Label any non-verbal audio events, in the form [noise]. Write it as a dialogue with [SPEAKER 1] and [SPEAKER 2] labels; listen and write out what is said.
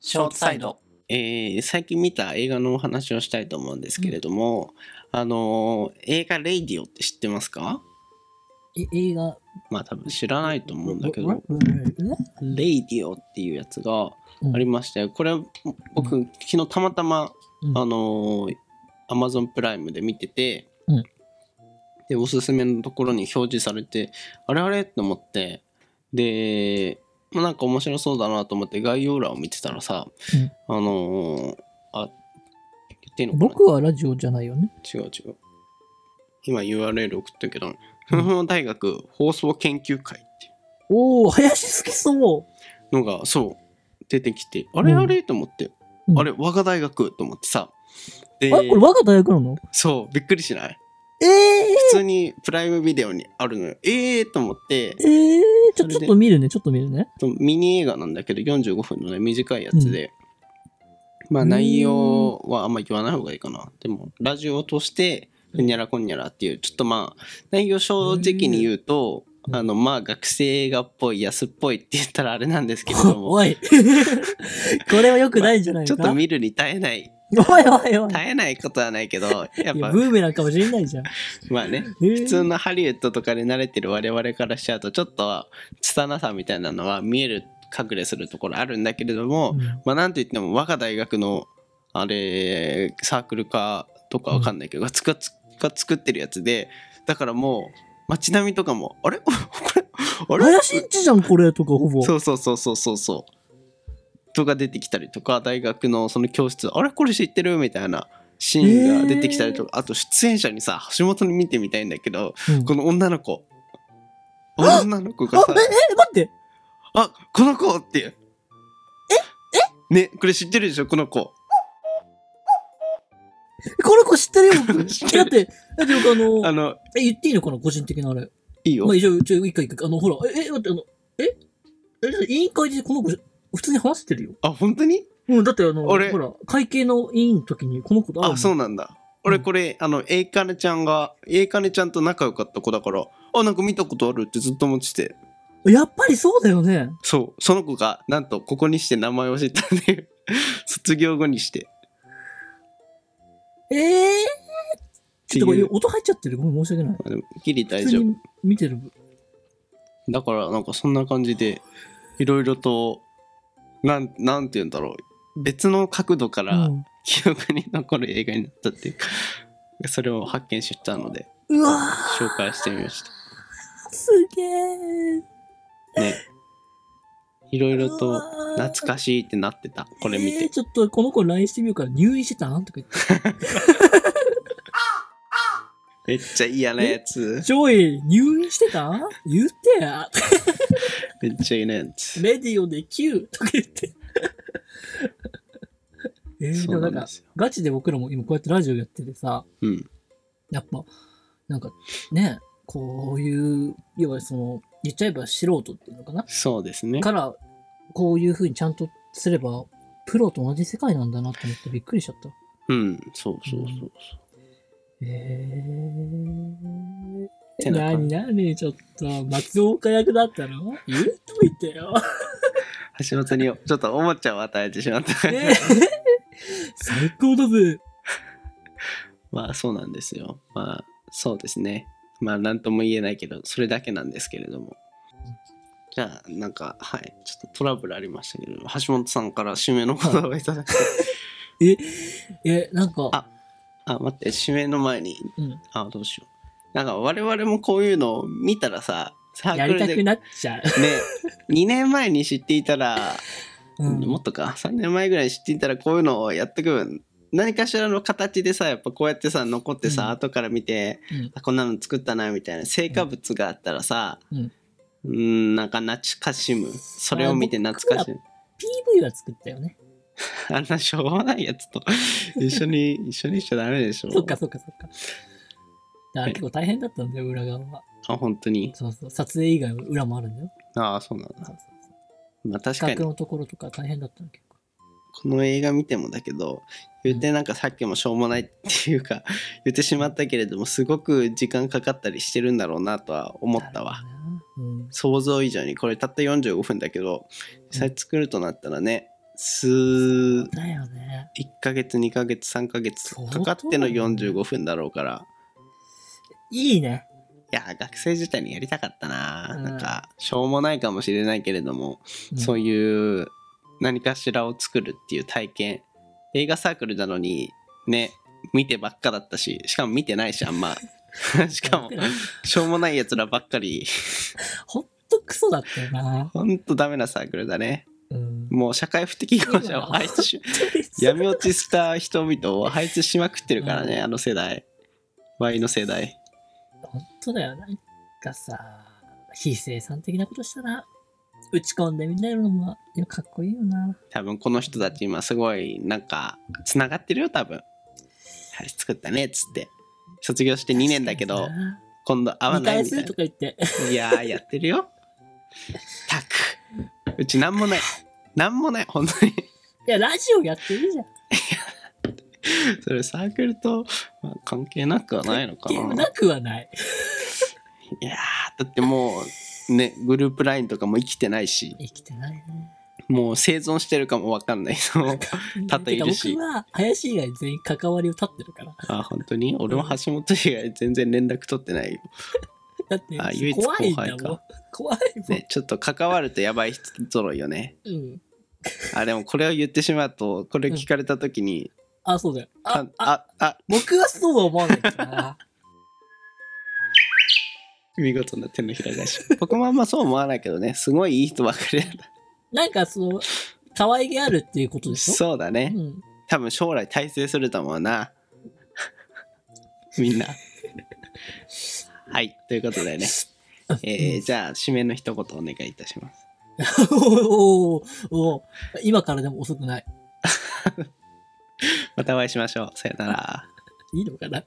[SPEAKER 1] ショートサイド。
[SPEAKER 2] えー最近見た映画のお話をしたいと思うんですけれども、あのー映画「レイディオ」って知ってますか
[SPEAKER 1] え、映画。
[SPEAKER 2] まあ多分知らないと思うんだけ
[SPEAKER 1] わわ
[SPEAKER 2] ど
[SPEAKER 1] わわ
[SPEAKER 2] 「レイディオ」っていうやつがありましてこれ僕昨日たまたま
[SPEAKER 1] うん
[SPEAKER 2] あの Amazon プライムで見てて、
[SPEAKER 1] うん
[SPEAKER 2] でおすすめのところに表示されてあれあれって思ってで、まあ、なんか面白そうだなと思って概要欄を見てたらさ、あのーあ言っていいのかな
[SPEAKER 1] 僕はラジオじゃないよね。
[SPEAKER 2] 違う違う今 URL 送ったけどふんふん大学放送研究会ってい
[SPEAKER 1] おお、林好きそう
[SPEAKER 2] のがそう出てきてあれあれと思って、
[SPEAKER 1] うん
[SPEAKER 2] あれ我が大学と思ってさ
[SPEAKER 1] う。
[SPEAKER 2] で
[SPEAKER 1] あ、これ我が大学なの
[SPEAKER 2] そうびっくりしない
[SPEAKER 1] ええ
[SPEAKER 2] 普通にプライムビデオにあるのよ。ええー、と思って、
[SPEAKER 1] ええち
[SPEAKER 2] そ
[SPEAKER 1] ょ、
[SPEAKER 2] れ
[SPEAKER 1] ち
[SPEAKER 2] で
[SPEAKER 1] ょっと見るね、ちょっと見るね。
[SPEAKER 2] ミニ映画なんだけど45分のね、短いやつで、まあ内容はあんま言わない方がいいかな。でも、ラジオを通して、ふにゃらこんにゃらっていう、ちょっとまあ、内容正直に言うと、
[SPEAKER 1] うん
[SPEAKER 2] あの、まあ学生映画っぽい、安っぽいって言ったらあれなんですけれど
[SPEAKER 1] [laughs]
[SPEAKER 2] も、
[SPEAKER 1] おい。これは良くないんじゃない
[SPEAKER 2] ちょ
[SPEAKER 1] の
[SPEAKER 2] っ
[SPEAKER 1] か。
[SPEAKER 2] と見るに耐えない、
[SPEAKER 1] おいおいおい。
[SPEAKER 2] 耐えないことはないけど、やっ
[SPEAKER 1] いや
[SPEAKER 2] ぱ、
[SPEAKER 1] ブーメランかもしれないじゃん。
[SPEAKER 2] まあね、
[SPEAKER 1] 普
[SPEAKER 2] 普通のハリウッドとかで慣れてる我々からしちゃうとちょっと拙さみたいなのは見える隠れするところあるんだけれども、まあなんといっても我が大学のあれサークルかとかわかんないけど、がつかつが作ってるやつでだからもう街並みとかもあれ [laughs] これあれ
[SPEAKER 1] 林っちじゃん、これとかほぼ。
[SPEAKER 2] そうそうそうそうそうそうとか出てきたりとか大学のその教室あれこれ知ってるみたいなシーンが出てきたりとか、あと出演者にさ橋本に見てみたいんだけど
[SPEAKER 1] うん
[SPEAKER 2] この女の子。女の子が
[SPEAKER 1] あえ、
[SPEAKER 2] さ、、
[SPEAKER 1] え、待って。
[SPEAKER 2] あ、この子っていう。ええね、これ知ってるでしょ、この子。
[SPEAKER 1] この子知って
[SPEAKER 2] [laughs]
[SPEAKER 1] るよ、僕。
[SPEAKER 2] 知っ
[SPEAKER 1] えだ
[SPEAKER 2] てる
[SPEAKER 1] って、だって僕あの、
[SPEAKER 2] あの、
[SPEAKER 1] え、言っていいのかな、個人的なあれ。
[SPEAKER 2] いいよ
[SPEAKER 1] まあ、。一応、一応、一回一回、あの、ほら、え、え、待って、あの、ええ、委員会でこの子、普通に話してるよ。
[SPEAKER 2] あ、本当に
[SPEAKER 1] うん、だってあの、
[SPEAKER 2] あれ
[SPEAKER 1] ほら、会計の委員の時にこの子と会う。
[SPEAKER 2] あ、そううなんだ。俺、これ、あの、えいかねちゃんが、えいかねちゃんと仲良かった子だから、あ、なんか見たことあるってずっと思ってて。
[SPEAKER 1] やっぱりそうだよね。
[SPEAKER 2] そう、その子が、なんと、ここにして名前を知ったんで、 [laughs] 卒業後にして。
[SPEAKER 1] ええちょっとこ
[SPEAKER 2] ってい
[SPEAKER 1] れ
[SPEAKER 2] う
[SPEAKER 1] 音入っちゃってる。ごめん、申し訳ない。
[SPEAKER 2] あでもギリ大
[SPEAKER 1] 普
[SPEAKER 2] 丈
[SPEAKER 1] 通
[SPEAKER 2] 夫。
[SPEAKER 1] に見てる。
[SPEAKER 2] だから、なんかそんな感じで、いろいろと、なん、なんて言うんだろう。別の角度か
[SPEAKER 1] う
[SPEAKER 2] ら、
[SPEAKER 1] ん、
[SPEAKER 2] 記憶に残る映画になったっていうかそれを発見したので
[SPEAKER 1] うわ
[SPEAKER 2] 紹介してみまし
[SPEAKER 1] [laughs] ー、すげえ。
[SPEAKER 2] たねいろいろ
[SPEAKER 1] う
[SPEAKER 2] と
[SPEAKER 1] わー
[SPEAKER 2] 懐かしいってなってたこれ見
[SPEAKER 1] えー
[SPEAKER 2] て
[SPEAKER 1] ちょっとこの子 LINE してみようから入院してたんとか言って。
[SPEAKER 2] めっちゃ嫌なやつ
[SPEAKER 1] ジョイ、入院してたん言ってや。
[SPEAKER 2] めっちゃ嫌なやつ
[SPEAKER 1] レディオで Q! とか言
[SPEAKER 2] [laughs]
[SPEAKER 1] って。えー、で
[SPEAKER 2] そう
[SPEAKER 1] もな
[SPEAKER 2] な
[SPEAKER 1] ん
[SPEAKER 2] んで
[SPEAKER 1] か、
[SPEAKER 2] すよ
[SPEAKER 1] ガチで僕らも今こうやってラジオやっててさ、
[SPEAKER 2] うん
[SPEAKER 1] やっぱ、なんかね、こういう、要はその、言っちゃえば素人っていうのかな
[SPEAKER 2] そうですね
[SPEAKER 1] から、こういう風にちゃんとすれば、プロと同じ世界なんだなと思ってびっくりしちゃった。
[SPEAKER 2] うんそうそうそうそ
[SPEAKER 1] えー。
[SPEAKER 2] てな
[SPEAKER 1] なに
[SPEAKER 2] 感
[SPEAKER 1] なにちょっと、松岡役だったの言うといて
[SPEAKER 2] [laughs]
[SPEAKER 1] よ。
[SPEAKER 2] う橋本にちょっとおもちゃを与えてしまった
[SPEAKER 1] えー最高だぜ。
[SPEAKER 2] まあそうなんですよまあそうですねまあ何とも言えないけどそれだけなんですけれどもじゃあなんかはいちょっとトラブルありましたけど橋本さんから締めの言葉をいただく
[SPEAKER 1] え、え、なんか、
[SPEAKER 2] あ [laughs] あ待って締めの前に
[SPEAKER 1] うん、
[SPEAKER 2] あどうしようなんか我々もこういうのを見たらさサ
[SPEAKER 1] や
[SPEAKER 2] ー
[SPEAKER 1] り
[SPEAKER 2] クル
[SPEAKER 1] た
[SPEAKER 2] で
[SPEAKER 1] く
[SPEAKER 2] ね
[SPEAKER 1] なっちゃう。
[SPEAKER 2] 2年前に知っていたら、
[SPEAKER 1] うん
[SPEAKER 2] もっとか3年前ぐらいに知っていたらこういうのをやっとく何かしらの形でさやっぱこうやってさ残ってさ、
[SPEAKER 1] うん
[SPEAKER 2] 後から見て
[SPEAKER 1] うん
[SPEAKER 2] あこんなの作ったなみたいな成果物があったらさ
[SPEAKER 1] う
[SPEAKER 2] うんんんなんか懐かしむそれを見て懐かしむ
[SPEAKER 1] PV は作ったよね。
[SPEAKER 2] [laughs] あんなしょうもない
[SPEAKER 1] [laughs]
[SPEAKER 2] やつと一緒に一緒にしちゃダメでしょ
[SPEAKER 1] そっかそっかそっか。だから結構大変だったんだよ、裏側は。
[SPEAKER 2] あ本当に
[SPEAKER 1] そうそう。撮影以外は裏もあるんだよ。
[SPEAKER 2] ああそうなん
[SPEAKER 1] そうそ
[SPEAKER 2] だ
[SPEAKER 1] うそう
[SPEAKER 2] まあ確か
[SPEAKER 1] 企
[SPEAKER 2] に
[SPEAKER 1] 画
[SPEAKER 2] こ
[SPEAKER 1] のところとか大変だったの結構。
[SPEAKER 2] の映画見てもだけど言ってなんかさっきもしょうもないっていうか [laughs] 言ってしまったけれどもすごく時間かかったりしてるんだろうなとは思ったわ
[SPEAKER 1] なるほどな。うん。
[SPEAKER 2] 想像以上にこれたった45分だけど実際作るとなったらね数
[SPEAKER 1] だよね。
[SPEAKER 2] 1ヶ月2ヶ月3ヶ月
[SPEAKER 1] 相当
[SPEAKER 2] かかっての45分だろうから
[SPEAKER 1] いいね。
[SPEAKER 2] いや学生時代にやりたかったな、
[SPEAKER 1] うん
[SPEAKER 2] なんかしょうもないかもしれないけれども、そう
[SPEAKER 1] い
[SPEAKER 2] いう何かしらを作るっていう体験映画サークルなのにね見てばっかだったししかも見てないし
[SPEAKER 1] [laughs]
[SPEAKER 2] あんましかもしょうもないやつらばっかり
[SPEAKER 1] ほんとクソだったよな。
[SPEAKER 2] ほんとダメなサークルだね [laughs]
[SPEAKER 1] うん。
[SPEAKER 2] もう社会不適合者を排
[SPEAKER 1] [laughs]
[SPEAKER 2] 出し闇落ちした人々を排出しまくってるからね、
[SPEAKER 1] うん
[SPEAKER 2] あの世代 Y の世代
[SPEAKER 1] 本当だよ。なんかさ、非生産的なことしたら、打ち込んでみんなやるのも、いや、かっこいいよな。
[SPEAKER 2] 多分この人たち今すごいなんかつながってるよ多分あれ作ったねっつって卒業して2年だけど今度会わ
[SPEAKER 1] 見
[SPEAKER 2] ない
[SPEAKER 1] 返
[SPEAKER 2] みた
[SPEAKER 1] す
[SPEAKER 2] い
[SPEAKER 1] とか言って。 [laughs]
[SPEAKER 2] ないやーやってるよたくうちなんもないなんもない本当に
[SPEAKER 1] いや、ラジオやってるじゃん。
[SPEAKER 2] それサークルと、まあ関係なくはないのか
[SPEAKER 1] ゲーム
[SPEAKER 2] な
[SPEAKER 1] なくはない。
[SPEAKER 2] いやーだってもうねグループラインとかも生きてないし
[SPEAKER 1] 生きてないね。
[SPEAKER 2] もう生存してるかもわかんな
[SPEAKER 1] [laughs]
[SPEAKER 2] いその多々いるし
[SPEAKER 1] か
[SPEAKER 2] て
[SPEAKER 1] 僕は、林以外全員関わりを立ってるから。
[SPEAKER 2] [laughs] あ本当に俺も橋本以外全然連絡取ってないよ
[SPEAKER 1] だって
[SPEAKER 2] あ唯、一
[SPEAKER 1] 怖いんだ
[SPEAKER 2] 後輩
[SPEAKER 1] もん
[SPEAKER 2] か。
[SPEAKER 1] 怖いもん。
[SPEAKER 2] ね、ちょっと関わるとやばい人揃いよね。
[SPEAKER 1] うん。
[SPEAKER 2] あ、でもこれを言ってしまうと、これ聞かれた時に、
[SPEAKER 1] あ、そうだよ。
[SPEAKER 2] か
[SPEAKER 1] あ
[SPEAKER 2] ん、
[SPEAKER 1] あ、
[SPEAKER 2] あ、あ、
[SPEAKER 1] 僕はそうは思わないから
[SPEAKER 2] [laughs]
[SPEAKER 1] な。
[SPEAKER 2] 見事な手のひら返し。僕もあんまそう思わないけどね、すごいいい人ばっかりだった。
[SPEAKER 1] なんか、その、可愛げあるっていうことでしょ
[SPEAKER 2] そうだね
[SPEAKER 1] う。ん。 [laughs]
[SPEAKER 2] 多分将来大成すると思うな。 [laughs] みんな。はい、ということ
[SPEAKER 1] [laughs]
[SPEAKER 2] でね。えーじゃあ、締めの一言お願いいたします。
[SPEAKER 1] おーおーおー今からでも遅くない。
[SPEAKER 2] またお会いしましょう。さよなら。
[SPEAKER 1] いいのかな